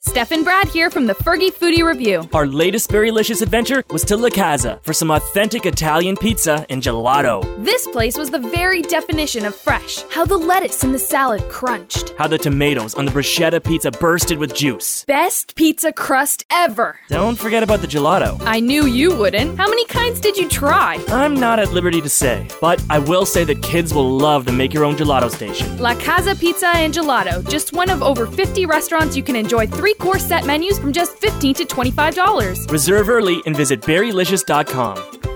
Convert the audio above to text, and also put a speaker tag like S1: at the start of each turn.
S1: Steph and Brad here from the Fergie Foodie Review.
S2: Our latest Berrylicious adventure was to La Casa for some authentic Italian pizza and gelato.
S1: This place was the very definition of fresh. How the lettuce in the salad crunched.
S2: How the tomatoes on the bruschetta pizza bursted with juice.
S1: Best pizza crust ever.
S2: Don't forget about the gelato.
S1: I knew you wouldn't. How many kinds did you try?
S2: I'm not at liberty to say, but I will say that kids will love the make your own gelato station.
S1: La Casa Pizza and Gelato, just one of over 50 restaurants you can enjoy three course set menus from just $15 to $25.
S2: Reserve early and visit berrylicious.com.